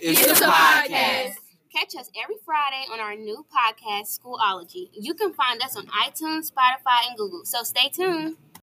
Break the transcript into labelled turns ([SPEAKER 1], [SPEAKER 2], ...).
[SPEAKER 1] is the podcast.
[SPEAKER 2] Catch us every Friday on our new podcast, Schoolology. You can find us on iTunes, Spotify, and Google. So stay tuned.